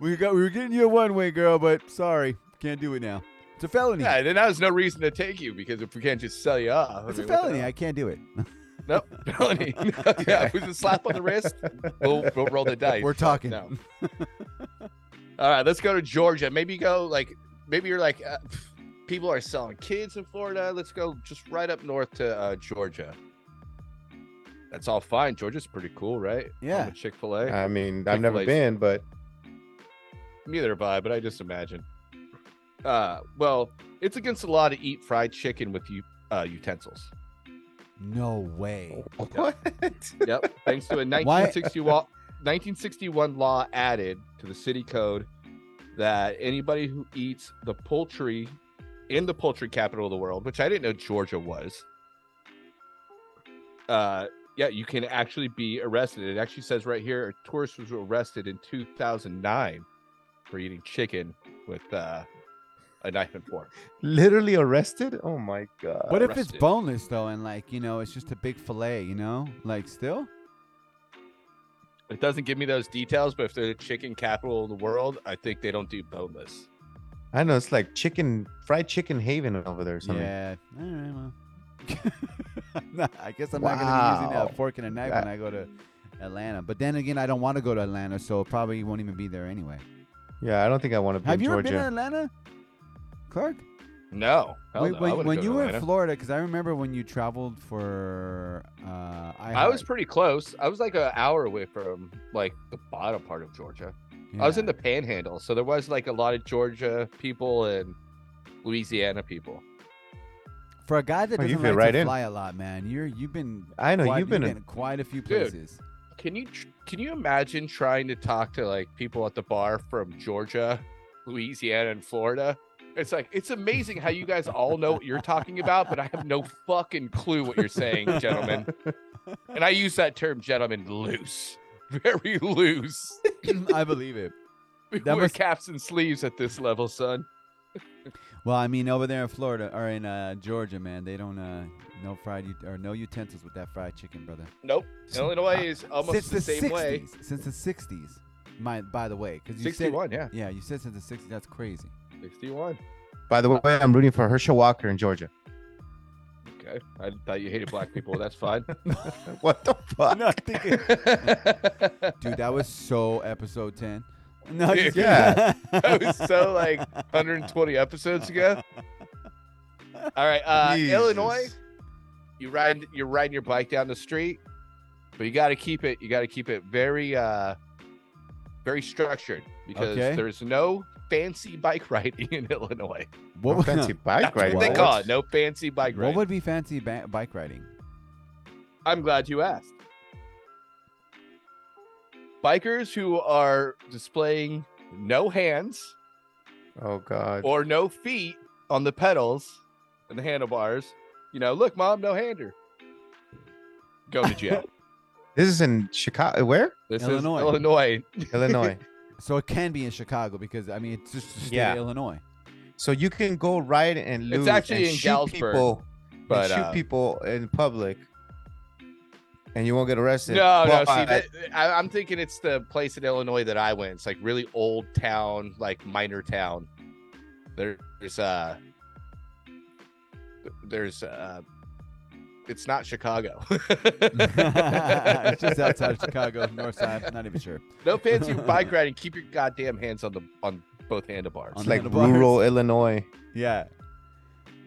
Speaker 3: we got we were getting you a one way girl, but sorry, can't do it now. It's a felony.
Speaker 2: Yeah, then that was no reason to take you because if we can't just sell you off, I
Speaker 3: it's
Speaker 2: mean, what the
Speaker 3: a felony.
Speaker 2: hell?
Speaker 3: I can't do it.
Speaker 2: Nope. Felony. yeah, if it was a slap on the wrist, we'll, we'll roll the dice.
Speaker 3: We're
Speaker 2: but
Speaker 3: talking.
Speaker 2: no. All right, let's go to Georgia. Maybe go like, maybe you're like, uh, pff, people are selling kids in Florida. Let's go just right up north to uh, Georgia. That's all fine. Georgia's pretty cool, right?
Speaker 3: Yeah.
Speaker 2: Chick fil A.
Speaker 4: I mean, I've never been, but
Speaker 2: Neither have I, but I just imagine. Uh, well, it's against the law to eat fried chicken with you uh, utensils.
Speaker 3: No way.
Speaker 2: What? Yep. Thanks to a
Speaker 3: Why-
Speaker 2: 1960 wa- 1961 law added to the city code that anybody who eats the poultry in the poultry capital of the world, which I didn't know Georgia was, uh, yeah, you can actually be arrested. It actually says right here a tourist was arrested in 2009 for eating chicken with uh, a knife and fork.
Speaker 4: literally arrested. Oh my god!
Speaker 3: What if it's boneless though, and like you know, it's just a big fillet, you know, like still?
Speaker 2: It doesn't give me those details, but if they're the chicken capital of the world, I think they don't do boneless.
Speaker 4: I know it's like chicken, fried chicken haven over there or something.
Speaker 3: Yeah. All right. Well, Nah, I guess I'm not going to be using
Speaker 4: Wow.
Speaker 3: a fork and a knife when I go to Atlanta. But then again, I don't want to go to Atlanta, so it probably won't even be there anyway.
Speaker 4: Yeah, I don't think I want to be
Speaker 3: Have
Speaker 4: in
Speaker 3: you ever
Speaker 4: Georgia.
Speaker 3: been to Atlanta, Clark?
Speaker 2: No. Hell
Speaker 3: Wait,
Speaker 2: no, I
Speaker 3: when
Speaker 2: wouldn't
Speaker 3: when
Speaker 2: go to
Speaker 3: you were in
Speaker 2: Atlanta.
Speaker 3: Florida, because I remember when you traveled for uh, I,
Speaker 2: I was pretty close. I was like an hour away from like the bottom part of Georgia. I was in the panhandle, so there was like a lot of Georgia people and Louisiana people.
Speaker 3: for a guy that
Speaker 4: Oh, you
Speaker 3: doesn't
Speaker 4: fit
Speaker 3: like
Speaker 4: right
Speaker 3: to
Speaker 4: in.
Speaker 3: fly a lot, man. You're you've been
Speaker 4: I know,
Speaker 3: quite-
Speaker 4: you've been in-
Speaker 3: in quite a few
Speaker 2: Dude.
Speaker 3: places.
Speaker 2: Can you tr- can you imagine trying to talk to like people at the bar from Georgia, Louisiana, and Florida? It's like it's amazing how you guys all know what you're talking about, but I have no fucking clue what you're saying, gentlemen. And I use that term, gentlemen, loose, very loose.
Speaker 3: I believe it.
Speaker 2: We
Speaker 3: That
Speaker 2: wear
Speaker 3: must-
Speaker 2: caps and sleeves at this level, son.
Speaker 3: Well, I mean, over there in Florida or in uh, Georgia, man, they don't uh, no fried ut- or no utensils with that fried chicken, brother.
Speaker 2: Nope. Illinois is almost
Speaker 3: since
Speaker 2: uh, the, same
Speaker 3: 60s,
Speaker 2: way.
Speaker 3: Since the '60s, my by the way, because you said
Speaker 2: 61, yeah.
Speaker 3: yeah, you said since the '60s. That's crazy.
Speaker 2: 61.
Speaker 4: By the way, I'm rooting for Herschel Walker in Georgia.
Speaker 2: Okay. I thought you hated black people. That's fine.
Speaker 4: What the fuck?
Speaker 3: Dude, that was so episode ten. No,
Speaker 2: Dude,
Speaker 3: just kidding.
Speaker 2: yeah. that was so like 120 episodes ago. All right. Uh,
Speaker 4: Jesus.
Speaker 2: Illinois, you ride, you're riding your bike down the street, but you got to keep it, you got to keep it very, uh, very structured because
Speaker 3: Okay.
Speaker 2: there's no fancy bike riding in Illinois.
Speaker 3: What
Speaker 4: No fancy bike
Speaker 2: That's what they
Speaker 4: riding.
Speaker 2: call it. No fancy bike
Speaker 3: What
Speaker 2: riding.
Speaker 3: would be fancy ba- bike riding?
Speaker 2: I'm glad you asked. Bikers who are displaying no hands
Speaker 4: Oh god.
Speaker 2: or no feet on the pedals and the handlebars. You know, look, mom, no hander. Go to jail.
Speaker 4: This is in Chicago. Where?
Speaker 2: This
Speaker 3: Illinois.
Speaker 2: is Illinois.
Speaker 4: Illinois.
Speaker 3: So it can be in Chicago because I mean it's just the state
Speaker 4: Yeah.
Speaker 3: of Illinois.
Speaker 4: So you can go ride and
Speaker 2: It's
Speaker 4: lose.
Speaker 2: actually
Speaker 4: and
Speaker 2: in
Speaker 4: shoot
Speaker 2: Galesburg,
Speaker 4: people, and
Speaker 2: but,
Speaker 4: shoot
Speaker 2: uh,
Speaker 4: people in public, and you won't get arrested.
Speaker 2: No, no.
Speaker 4: But-
Speaker 2: See, that, I, I'm thinking it's the place in Illinois that I went. It's like really old town, like minor town. There- There's uh, there's uh, it's not Chicago.
Speaker 3: it's just outside of Chicago, north side. I'm not even sure.
Speaker 2: No fancy bike riding. Keep your goddamn hands on the on both handlebars.
Speaker 3: On
Speaker 4: it's like
Speaker 3: handlebars.
Speaker 4: rural Illinois.
Speaker 3: Yeah.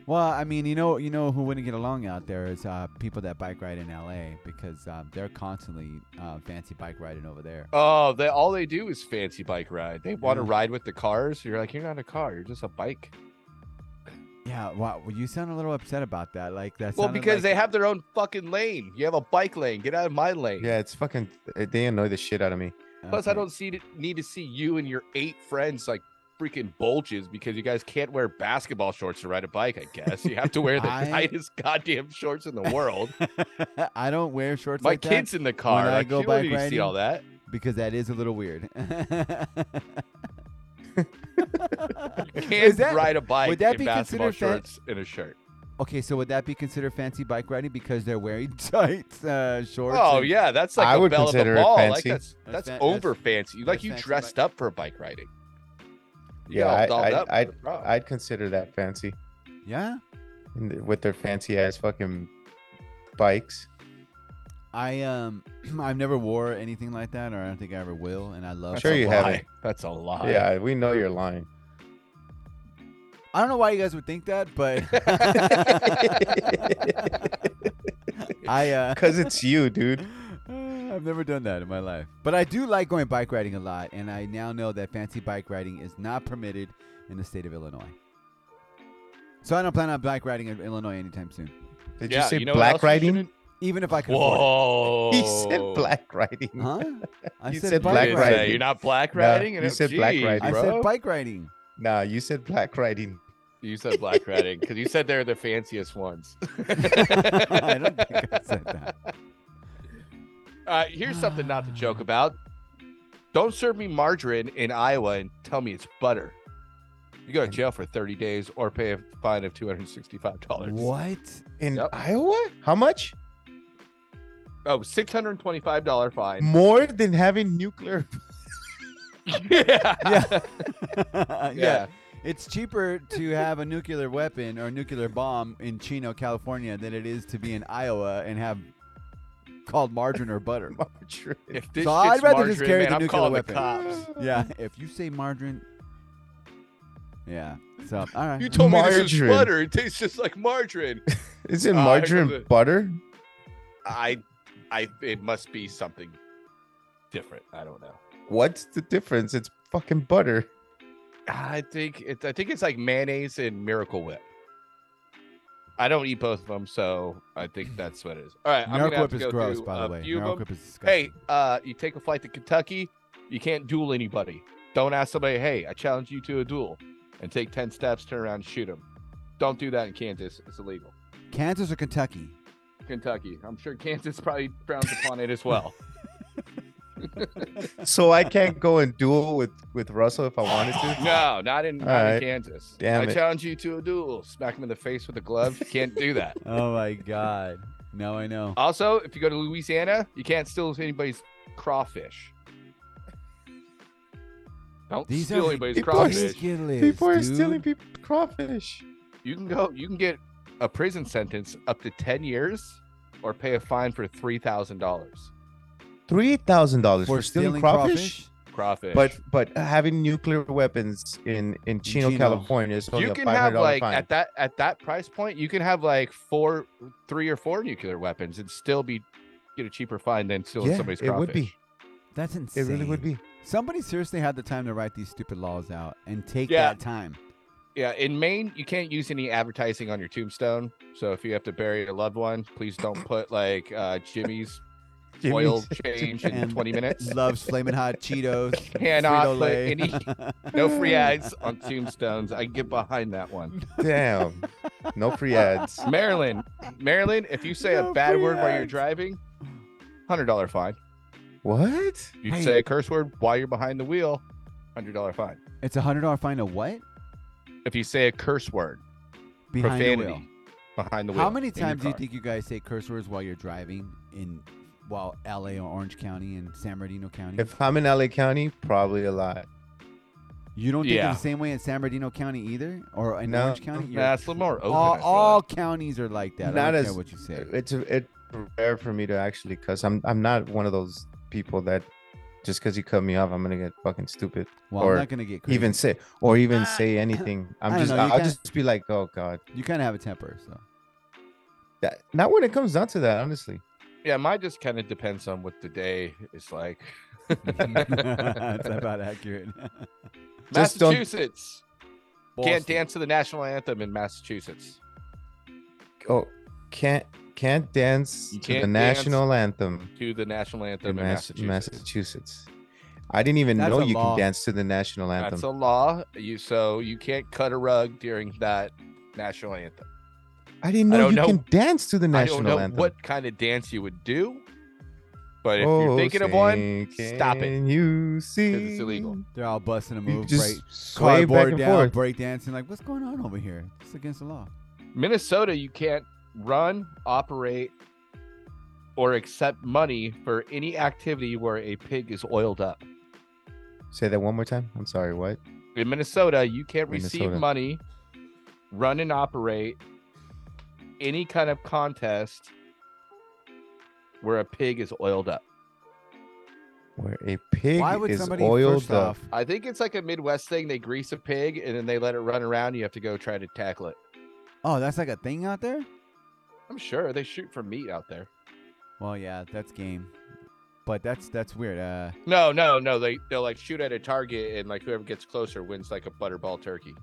Speaker 3: Well, I mean, you know, you know who wouldn't get along out there is uh, people that bike ride in LA because um, they're constantly uh, fancy bike riding over there.
Speaker 2: Oh, they all they do is fancy bike ride. They want to
Speaker 3: Yeah.
Speaker 2: ride with the cars. You're like, you're not a car. You're just a bike.
Speaker 3: Yeah, wow. Well, you sound a little upset about that. Like that's
Speaker 2: Well, because they have their own fucking lane. You have a bike lane. Get out of my lane.
Speaker 4: Yeah, it's fucking. They annoy the shit out of me.
Speaker 2: Plus, I don't see need to see you and your eight friends like freaking bulges because you guys can't wear basketball shorts to ride a bike. I guess you have to wear the
Speaker 3: I-
Speaker 2: tightest goddamn shorts in the world.
Speaker 3: don't. I don't wear shorts.
Speaker 2: my
Speaker 3: like that
Speaker 2: kids in the car.
Speaker 3: When I
Speaker 2: Like,
Speaker 3: go
Speaker 2: you don't
Speaker 3: bike
Speaker 2: need to
Speaker 3: riding
Speaker 2: see all that.
Speaker 3: because that is a little weird.
Speaker 2: You
Speaker 3: Is
Speaker 2: can't
Speaker 3: that-
Speaker 2: ride a bike
Speaker 3: would that
Speaker 2: in
Speaker 3: be
Speaker 2: basketball
Speaker 3: considered fan-
Speaker 2: shorts and a shirt.
Speaker 3: okay, so would that be considered fancy bike riding because they're wearing tight uh, shorts?
Speaker 2: Oh
Speaker 3: and-
Speaker 2: yeah, that's like
Speaker 4: I
Speaker 2: a
Speaker 4: would
Speaker 2: bell
Speaker 4: consider
Speaker 2: of
Speaker 4: it
Speaker 2: the ball. Like
Speaker 4: fancy.
Speaker 2: that's
Speaker 3: That's
Speaker 2: that's
Speaker 3: fan- that's-
Speaker 2: over fancy. Like
Speaker 3: that's
Speaker 2: you
Speaker 3: fancy
Speaker 2: dressed up for bike riding. You
Speaker 4: Yeah, I,
Speaker 2: got all dolled up.
Speaker 4: I, I'd,
Speaker 2: for the prom.
Speaker 4: I'd consider that fancy
Speaker 3: yeah.
Speaker 4: in the- with their fancy ass fucking bikes.
Speaker 3: I um I've never wore anything like that, or I don't think I ever will, and I love.
Speaker 4: I'm sure you haven't.
Speaker 2: That's a lie.
Speaker 4: Yeah, we know you're lying.
Speaker 3: I don't know why you guys would think that, but I uh
Speaker 4: because it's you, dude.
Speaker 3: I've never done that in my life, but I do like going bike riding a lot, and I now know that fancy bike riding is not permitted in the state of Illinois. So I don't plan on bike riding in Illinois anytime soon.
Speaker 4: Did you Yeah, say you know what black else you riding? shouldn't- Oh.
Speaker 3: Even if I could.
Speaker 2: Whoa!
Speaker 3: Afford it.
Speaker 4: He said black riding.
Speaker 3: Huh? I
Speaker 4: You
Speaker 3: said,
Speaker 4: said
Speaker 3: bike
Speaker 4: black
Speaker 3: riding.
Speaker 4: riding.
Speaker 2: You're not black
Speaker 4: No,
Speaker 2: riding.
Speaker 4: you said black riding,
Speaker 3: I
Speaker 4: bro.
Speaker 3: said bike riding.
Speaker 4: Nah, you said black riding.
Speaker 2: You said black riding because you said they're the fanciest ones.
Speaker 3: I don't think I said that.
Speaker 2: Uh, here's something not to joke about. Don't serve me margarine in Iowa and tell me it's butter. You go to jail for 30 days or pay a fine of $265.
Speaker 3: What?
Speaker 4: In Iowa? How much?
Speaker 2: Oh, $625 fine.
Speaker 4: More than having nuclear.
Speaker 3: yeah. yeah.
Speaker 2: Yeah.
Speaker 3: It's cheaper to have a nuclear weapon or a nuclear bomb in Chino, California than it is to be in Iowa and have called margarine or butter.
Speaker 4: margarine.
Speaker 2: If this
Speaker 3: so I'd
Speaker 2: shit's
Speaker 3: rather just
Speaker 2: margarine,
Speaker 3: carry
Speaker 2: man,
Speaker 3: the
Speaker 2: I'm
Speaker 3: nuclear
Speaker 2: calling the
Speaker 3: weapon.
Speaker 2: cops.
Speaker 3: Yeah. If you say margarine, yeah. So, all right.
Speaker 2: You told me this is
Speaker 4: Margarine.
Speaker 2: butter. It tastes just like margarine.
Speaker 4: Is it
Speaker 2: Uh,
Speaker 4: margarine
Speaker 2: because it-
Speaker 4: butter?
Speaker 2: I, I, it must be something different. I don't know.
Speaker 4: What's the difference? It's fucking butter.
Speaker 2: I think it's I think it's like mayonnaise and Miracle Whip. I don't eat both of them, so I think that's what it is. All right, I'm gonna
Speaker 3: Miracle
Speaker 2: have
Speaker 3: Whip
Speaker 2: to
Speaker 3: is
Speaker 2: go
Speaker 3: gross,
Speaker 2: through
Speaker 3: by the
Speaker 2: a
Speaker 3: way.
Speaker 2: few of
Speaker 3: Miracle
Speaker 2: them.
Speaker 3: Whip is
Speaker 2: hey, uh, you take a flight to Kentucky, you can't duel anybody. Don't ask somebody, hey, I challenge you to a duel, and take ten steps, turn around, and shoot them. Don't do that in Kansas; it's illegal.
Speaker 3: Kansas or Kentucky?
Speaker 2: Kentucky, I'm sure Kansas probably frowns upon it as well.
Speaker 4: So I can't go and duel with with Russell if I wanted to.
Speaker 2: No, not in, not
Speaker 4: All
Speaker 2: in
Speaker 4: right.
Speaker 2: Kansas.
Speaker 4: Damn
Speaker 2: I
Speaker 4: it.
Speaker 2: challenge you to a duel. Smack him in the face with a glove. Can't do that.
Speaker 3: Oh my God. Now I know.
Speaker 2: Also, if you go to Louisiana, you can't steal anybody's crawfish. Don't
Speaker 3: These
Speaker 2: steal
Speaker 3: are
Speaker 2: anybody's
Speaker 4: people are
Speaker 2: crawfish.
Speaker 3: ridiculous,
Speaker 4: People are
Speaker 3: dude.
Speaker 4: stealing people crawfish.
Speaker 2: You can go. You can get a prison sentence up to ten years, or pay a fine for three thousand dollars.
Speaker 4: Three thousand dollars
Speaker 3: For
Speaker 4: for stealing
Speaker 3: stealing
Speaker 4: crawfish.
Speaker 2: Crawfish.
Speaker 4: But but having nuclear weapons in in Chino,
Speaker 3: Chino.
Speaker 4: California is only
Speaker 2: you
Speaker 4: a
Speaker 2: can
Speaker 4: five hundred
Speaker 2: have
Speaker 4: dollar
Speaker 2: like
Speaker 4: fine.
Speaker 2: at that at that price point, you can have like four, three or four nuclear weapons and still be get a cheaper fine than stealing
Speaker 4: yeah,
Speaker 2: somebody's
Speaker 4: it
Speaker 2: crawfish.
Speaker 4: would be.
Speaker 3: That's
Speaker 4: It
Speaker 3: insane.
Speaker 4: really would be.
Speaker 3: Somebody seriously had the time to write these stupid laws out and take
Speaker 2: Yeah.
Speaker 3: that time.
Speaker 2: Yeah, in Maine, you can't use any advertising on your tombstone. So if you have to bury a loved one, please don't put like uh, Jimmy's oil
Speaker 4: Jimmy's-
Speaker 2: change in 20 minutes.
Speaker 3: Loves flaming hot Cheetos.
Speaker 2: Cannot put
Speaker 3: Frito-Lay.
Speaker 2: any, no free ads on tombstones. I get behind that one.
Speaker 4: Damn. No free ads.
Speaker 2: Maryland, Maryland, if you say
Speaker 3: No
Speaker 2: a bad
Speaker 3: free
Speaker 2: word while you're
Speaker 3: ads.
Speaker 2: driving, $100 fine.
Speaker 4: What?
Speaker 2: You
Speaker 3: Hey.
Speaker 2: say a curse word while you're behind the wheel, $100 fine.
Speaker 3: It's a hundred dollar fine of what?
Speaker 2: If you say a curse word,
Speaker 3: Behind the
Speaker 2: profanity
Speaker 3: wheel.
Speaker 2: behind the wheel.
Speaker 3: How many
Speaker 2: in your
Speaker 3: times do you
Speaker 2: car.
Speaker 3: think you guys say curse words while you're driving in while LA or Orange County and San Bernardino County?
Speaker 4: If I'm in LA County, probably a lot.
Speaker 3: you don't think
Speaker 2: Yeah.
Speaker 3: of the same way in San Bernardino County either? Or in
Speaker 4: No.
Speaker 3: Orange County? You're-
Speaker 2: Nah, it's a little more open. I
Speaker 3: all,
Speaker 2: feel
Speaker 3: all
Speaker 2: like. uh,
Speaker 3: counties are like that. I
Speaker 4: Not
Speaker 3: don't
Speaker 4: as
Speaker 3: care what you say.
Speaker 4: It's it's rare for me to actually cuss. I'm I'm not one of those people that just because you cut me off, I'm gonna get fucking stupid
Speaker 3: Well,
Speaker 4: or
Speaker 3: I'm not gonna get crazy.
Speaker 4: even say or even
Speaker 2: Ah.
Speaker 4: say anything.
Speaker 3: I
Speaker 4: I'm
Speaker 3: don't
Speaker 4: just
Speaker 3: know,
Speaker 4: I'll
Speaker 3: you
Speaker 4: I'll
Speaker 3: can't-
Speaker 4: just be like, oh god.
Speaker 3: you kind of have a temper, so
Speaker 4: That, not when it comes down to that, honestly.
Speaker 2: Yeah, mine just kind of depends on what the day is like.
Speaker 3: it's about accurate.
Speaker 4: Just don't-
Speaker 2: Massachusetts can't dance to the national anthem in Massachusetts.
Speaker 4: Oh, can't can't dance
Speaker 2: You
Speaker 4: to the
Speaker 2: can't
Speaker 4: national anthem
Speaker 2: To the national anthem
Speaker 4: in
Speaker 2: in
Speaker 4: Mass- Massachusetts.
Speaker 2: Massachusetts.
Speaker 4: I didn't even
Speaker 3: That's
Speaker 4: know
Speaker 3: a
Speaker 4: you
Speaker 3: law.
Speaker 4: can dance to the national anthem.
Speaker 2: That's a law. You so you can't cut a rug during that national anthem.
Speaker 4: I didn't
Speaker 2: I
Speaker 4: know
Speaker 2: don't
Speaker 4: you
Speaker 2: know-
Speaker 4: can dance to the national
Speaker 2: I don't know
Speaker 4: anthem.
Speaker 2: what kind of dance you would do, but if
Speaker 4: Oh,
Speaker 2: you're thinking of one,
Speaker 4: say,
Speaker 2: stop it
Speaker 4: can You see,
Speaker 2: because it's illegal.
Speaker 3: They're all busting a
Speaker 4: You
Speaker 3: move,
Speaker 4: just
Speaker 3: break,
Speaker 4: sway back
Speaker 3: cardboard
Speaker 4: and
Speaker 3: down,
Speaker 4: forth.
Speaker 3: break dancing. Like, what's going on over here? It's against the law.
Speaker 2: Minnesota, you can't run, operate, or accept money for any activity where a pig is oiled up.
Speaker 4: Say that one more time. I'm sorry. What?
Speaker 2: in Minnesota, you can't receive
Speaker 4: Minnesota.
Speaker 2: money, run and operate any kind of contest where a pig is oiled up.
Speaker 4: Where a pig
Speaker 3: Why would
Speaker 4: is
Speaker 3: somebody
Speaker 4: oiled
Speaker 3: first
Speaker 4: up.
Speaker 3: off-
Speaker 2: I think it's like a Midwest thing. They grease a pig and then they let it run around. You have to go try to tackle it.
Speaker 3: Oh, that's like a thing out there.
Speaker 2: I'm sure they shoot for meat out there.
Speaker 3: Well, yeah, that's game, but that's that's weird. Uh,
Speaker 2: No, no, no. They they'll like shoot at a target and like whoever gets closer wins like a butterball turkey.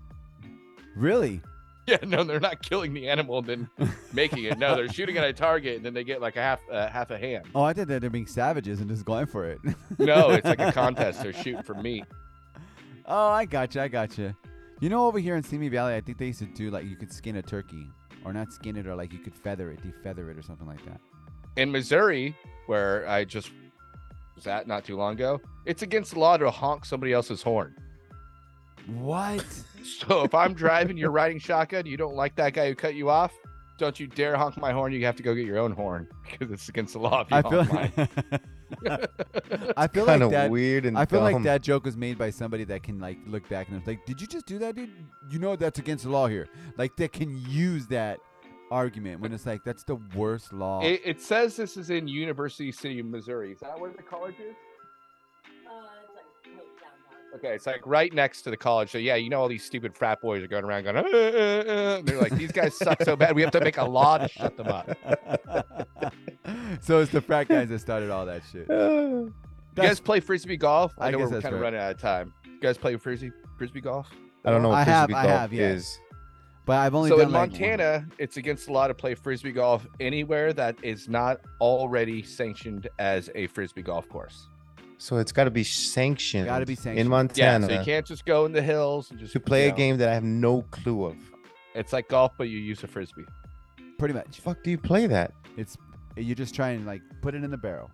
Speaker 3: really?
Speaker 2: Yeah, no, they're not killing the animal and then making it. No, they're shooting at a target and then they get like a half uh, half a hand.
Speaker 3: Oh, I thought that they're being savages and just going for it.
Speaker 2: No, it's like a contest. They're shooting for meat.
Speaker 3: Oh, I gotcha. I gotcha. You know, over here in Simi Valley, I think they used to do like you could skin a turkey, or not skin it, or like you could feather it, defeather it, or something like that.
Speaker 2: In Missouri, where I just was at not too long ago, it's against the law to honk somebody else's horn.
Speaker 3: What?
Speaker 2: So if I'm driving, you're riding shotgun, you don't like that guy who cut you off, don't you dare honk my horn. You have to go get your own horn because it's against the law. If you
Speaker 3: I
Speaker 2: honk
Speaker 3: feel.
Speaker 2: mine.
Speaker 3: I feel
Speaker 4: kinda
Speaker 3: like that,
Speaker 4: weird and
Speaker 3: I feel like
Speaker 4: dumb.
Speaker 3: that joke was made by somebody that can like look back and it's like, "Did you just do that, dude? You know that's against the law here." Like they can use that argument when it's like that's the worst law.
Speaker 2: It, it says this is in University City, Missouri. Is that where the college is? Okay, it's like right next to the college. So yeah, you know all these stupid frat boys are going around going. "Uh, uh, uh," and they're like, these guys suck so bad. We have to make a law to shut them up.
Speaker 3: so it's the frat guys that started all that shit.
Speaker 2: you guys play frisbee golf? I,
Speaker 3: I
Speaker 2: know
Speaker 3: guess
Speaker 2: we're
Speaker 3: that's
Speaker 2: kind of
Speaker 3: right.
Speaker 2: running out of time. You guys play frisbee frisbee golf?
Speaker 4: I don't know what
Speaker 3: I have,
Speaker 4: frisbee
Speaker 3: I
Speaker 4: golf
Speaker 3: have, yeah.
Speaker 4: is.
Speaker 3: But I've only
Speaker 2: so
Speaker 3: done
Speaker 2: in
Speaker 3: like,
Speaker 2: Montana, it's against the law to play frisbee golf anywhere that is not already sanctioned as a frisbee golf course.
Speaker 4: So it's got to be sanctioned.
Speaker 3: Gotta be
Speaker 4: in
Speaker 3: sanctioned.
Speaker 4: Montana
Speaker 2: Yeah, so you can't just go in the hills and just
Speaker 4: to play
Speaker 2: you
Speaker 4: a
Speaker 2: know,
Speaker 4: game that I have no clue of.
Speaker 2: It's like golf, but you use a frisbee.
Speaker 3: pretty much.
Speaker 4: Fuck, do you play that?
Speaker 3: It's you just try and like put it in the barrel.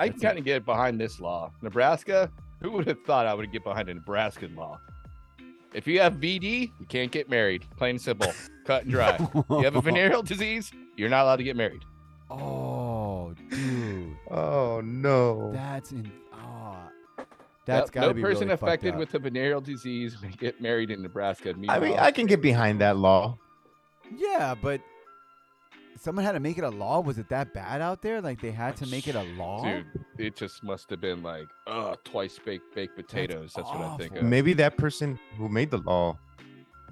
Speaker 2: I can
Speaker 3: That's it.
Speaker 2: kind of get behind this law. Nebraska, who would have thought I would get behind a Nebraskan law? If you have VD, you can't get married. Plain and simple. Cut and dry. you have a venereal disease, you're not allowed to get married.
Speaker 3: Oh, dude,
Speaker 4: Oh no!
Speaker 3: that's in. Oh,
Speaker 2: That's
Speaker 3: that's gotta
Speaker 2: no
Speaker 3: be
Speaker 2: person
Speaker 3: really fucked
Speaker 2: affected
Speaker 3: up.
Speaker 2: with a venereal disease may get married in Nebraska.
Speaker 4: I mean,
Speaker 2: Meanwhile,
Speaker 4: I can get behind that law.
Speaker 3: Yeah, but someone had to make it a law. Was it that bad out there? Like they had to make it a law.
Speaker 2: dude, it just must have been like, oh, twice baked baked potatoes. That's, what I think. Of.
Speaker 4: Maybe that person who made the law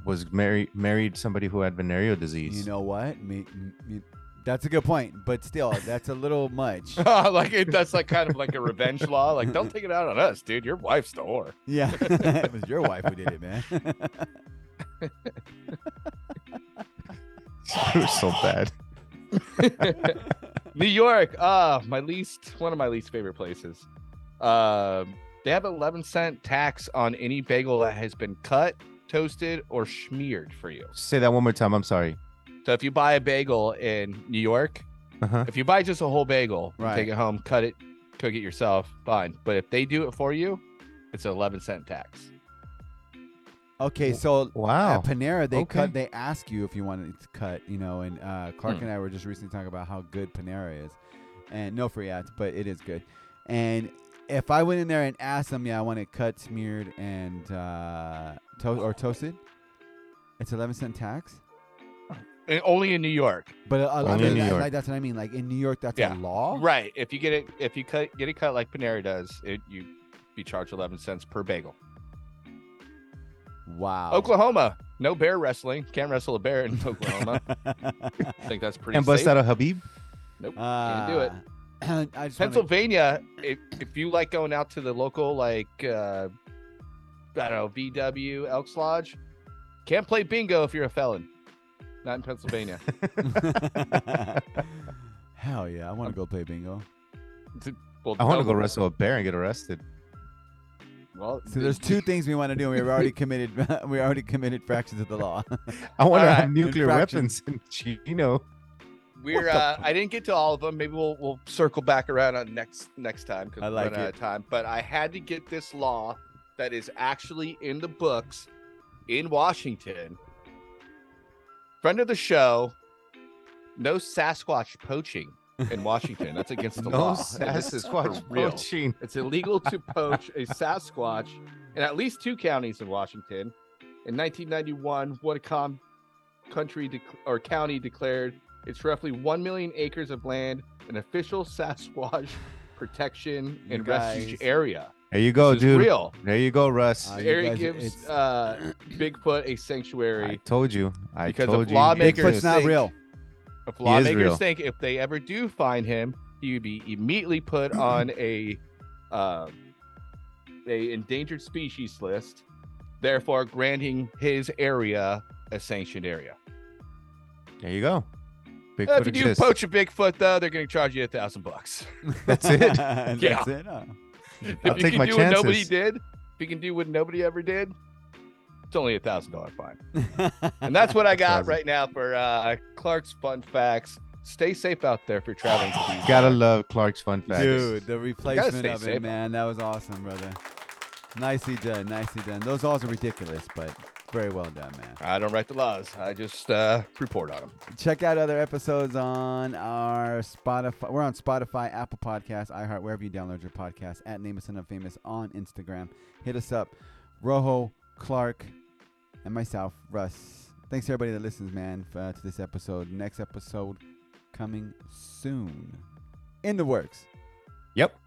Speaker 4: was married married somebody who had venereal disease.
Speaker 3: You know what? Me, me- that's a good point, but still, that's a little much.
Speaker 2: like it, that's like kind of like a revenge law. Like, don't take it out on us, dude. Your wife's the whore.
Speaker 3: Yeah, it was your wife who did it, man.
Speaker 4: You're so bad.
Speaker 2: New York, ah, my least one of my least favorite places. Um, they have an 11 cent tax on any bagel that has been cut, toasted, or smeared for you.
Speaker 4: Say that one more time. I'm sorry.
Speaker 2: So if you buy a bagel in New York,
Speaker 4: Uh-huh.
Speaker 2: if you buy just a whole bagel, you
Speaker 3: Right.
Speaker 2: take it home, cut it, cook it yourself, fine. But if they do it for you, it's an 11 cent tax.
Speaker 3: Okay, so
Speaker 4: Wow.
Speaker 3: at Panera, they
Speaker 4: Okay.
Speaker 3: cut. They ask you if you want it to cut, you know. And uh, Clark
Speaker 2: Hmm.
Speaker 3: and I were just recently talking about how good Panera is, and no free ads, but it is good. And if I went in there and asked them, yeah, I want it cut, smeared, and uh, to- or toasted, it's eleven cent tax.
Speaker 2: And only in New York.
Speaker 3: But uh, I
Speaker 4: Only in
Speaker 3: mean,
Speaker 4: New
Speaker 3: I-
Speaker 4: York.
Speaker 3: like that's what I mean. Like in New York, that's
Speaker 2: Yeah.
Speaker 3: a law,
Speaker 2: Right. If you get it if you cut get it cut like Panera does, it you be charged 11 cents per bagel.
Speaker 4: Um,
Speaker 3: Wow.
Speaker 2: Oklahoma, no bear wrestling. Can't wrestle a bear in Oklahoma. I think that's pretty
Speaker 4: and bust Uh,
Speaker 2: safe.
Speaker 4: out a Habib.
Speaker 2: nope. can't do it.
Speaker 3: Uh, I just wanna-
Speaker 2: Pennsylvania, if, if you like going out to the local like uh I don't know, VW Elks Lodge, can't play bingo if you're a felon. Not in Pennsylvania.
Speaker 3: Hell yeah, I want
Speaker 2: Um,
Speaker 3: to go play bingo.
Speaker 2: Well,
Speaker 4: I want to
Speaker 2: no,
Speaker 4: go wrestle a bear and get arrested.
Speaker 2: Well,
Speaker 3: So there's two things we want to do, and we've already committed we already committed fractions of the law.
Speaker 4: I want to
Speaker 2: Alright.
Speaker 4: have nuclear
Speaker 3: Infraction.
Speaker 4: weapons in Chino.
Speaker 2: We're uh, I didn't get to all of them. Maybe we'll we'll circle back around on next next time because
Speaker 3: I
Speaker 2: we're
Speaker 3: like
Speaker 2: running out
Speaker 3: it.
Speaker 2: of time. But I had to get this law that is actually in the books in Washington. Friend of the show, no Sasquatch poaching in Washington. That's against the
Speaker 4: No
Speaker 2: law. And this is for
Speaker 4: Sasquatch
Speaker 2: real.
Speaker 4: poaching.
Speaker 2: It's illegal to poach a Sasquatch in at least two counties in Washington. In 1991, Whatacom country dec or county declared its roughly 1 million acres of land an official Sasquatch protection and
Speaker 3: guys.
Speaker 2: refuge area.
Speaker 4: There you go,
Speaker 2: This is
Speaker 4: Oh, dude.
Speaker 2: real.
Speaker 4: There Ah, you go, Russ.
Speaker 2: The area gives uh, Bigfoot a sanctuary.
Speaker 4: I told you. I
Speaker 2: because
Speaker 4: told
Speaker 2: if
Speaker 4: you.
Speaker 2: lawmakers
Speaker 3: Bigfoot's not
Speaker 2: think-
Speaker 3: real.
Speaker 2: If
Speaker 4: He is
Speaker 2: lawmakers
Speaker 4: real.
Speaker 2: think if they ever do find him, he would be immediately put on a um, a endangered species list, therefore granting his area a sanctioned area.
Speaker 4: There you go.
Speaker 2: Uh,
Speaker 4: Bigfoot
Speaker 2: if you do
Speaker 4: exists.
Speaker 2: poach a Bigfoot, though, they're going to charge you a thousand bucks.
Speaker 4: That's it.
Speaker 2: Yeah.
Speaker 3: That's it. huh?
Speaker 2: If
Speaker 4: I'll
Speaker 2: you
Speaker 4: take
Speaker 2: can
Speaker 4: my
Speaker 2: do what nobody
Speaker 4: chances.
Speaker 2: did, if you can do what nobody ever did, it's only a thousand dollar fine. and that's what I got right now for uh, Clark's fun facts. Stay safe out there if you're traveling. to these
Speaker 4: Gotta love Clark's fun facts.
Speaker 3: Dude, the replacement
Speaker 2: stay
Speaker 3: of it,
Speaker 2: safe.
Speaker 3: man, that was awesome, brother. Nicely done, nicely done. Those laws are ridiculous, but very well done, man.
Speaker 2: I don't write the laws. I just uh, report on them.
Speaker 3: Check out other episodes on our Spotify. We're on Spotify, Apple Podcasts, iHeart, wherever you download your podcast. At Name Us Famous on Instagram. Hit us up, Rojo Clark, and myself, Russ. Thanks to everybody that listens, man, f- uh, to this episode. Next episode coming soon. In the works.
Speaker 4: Yep.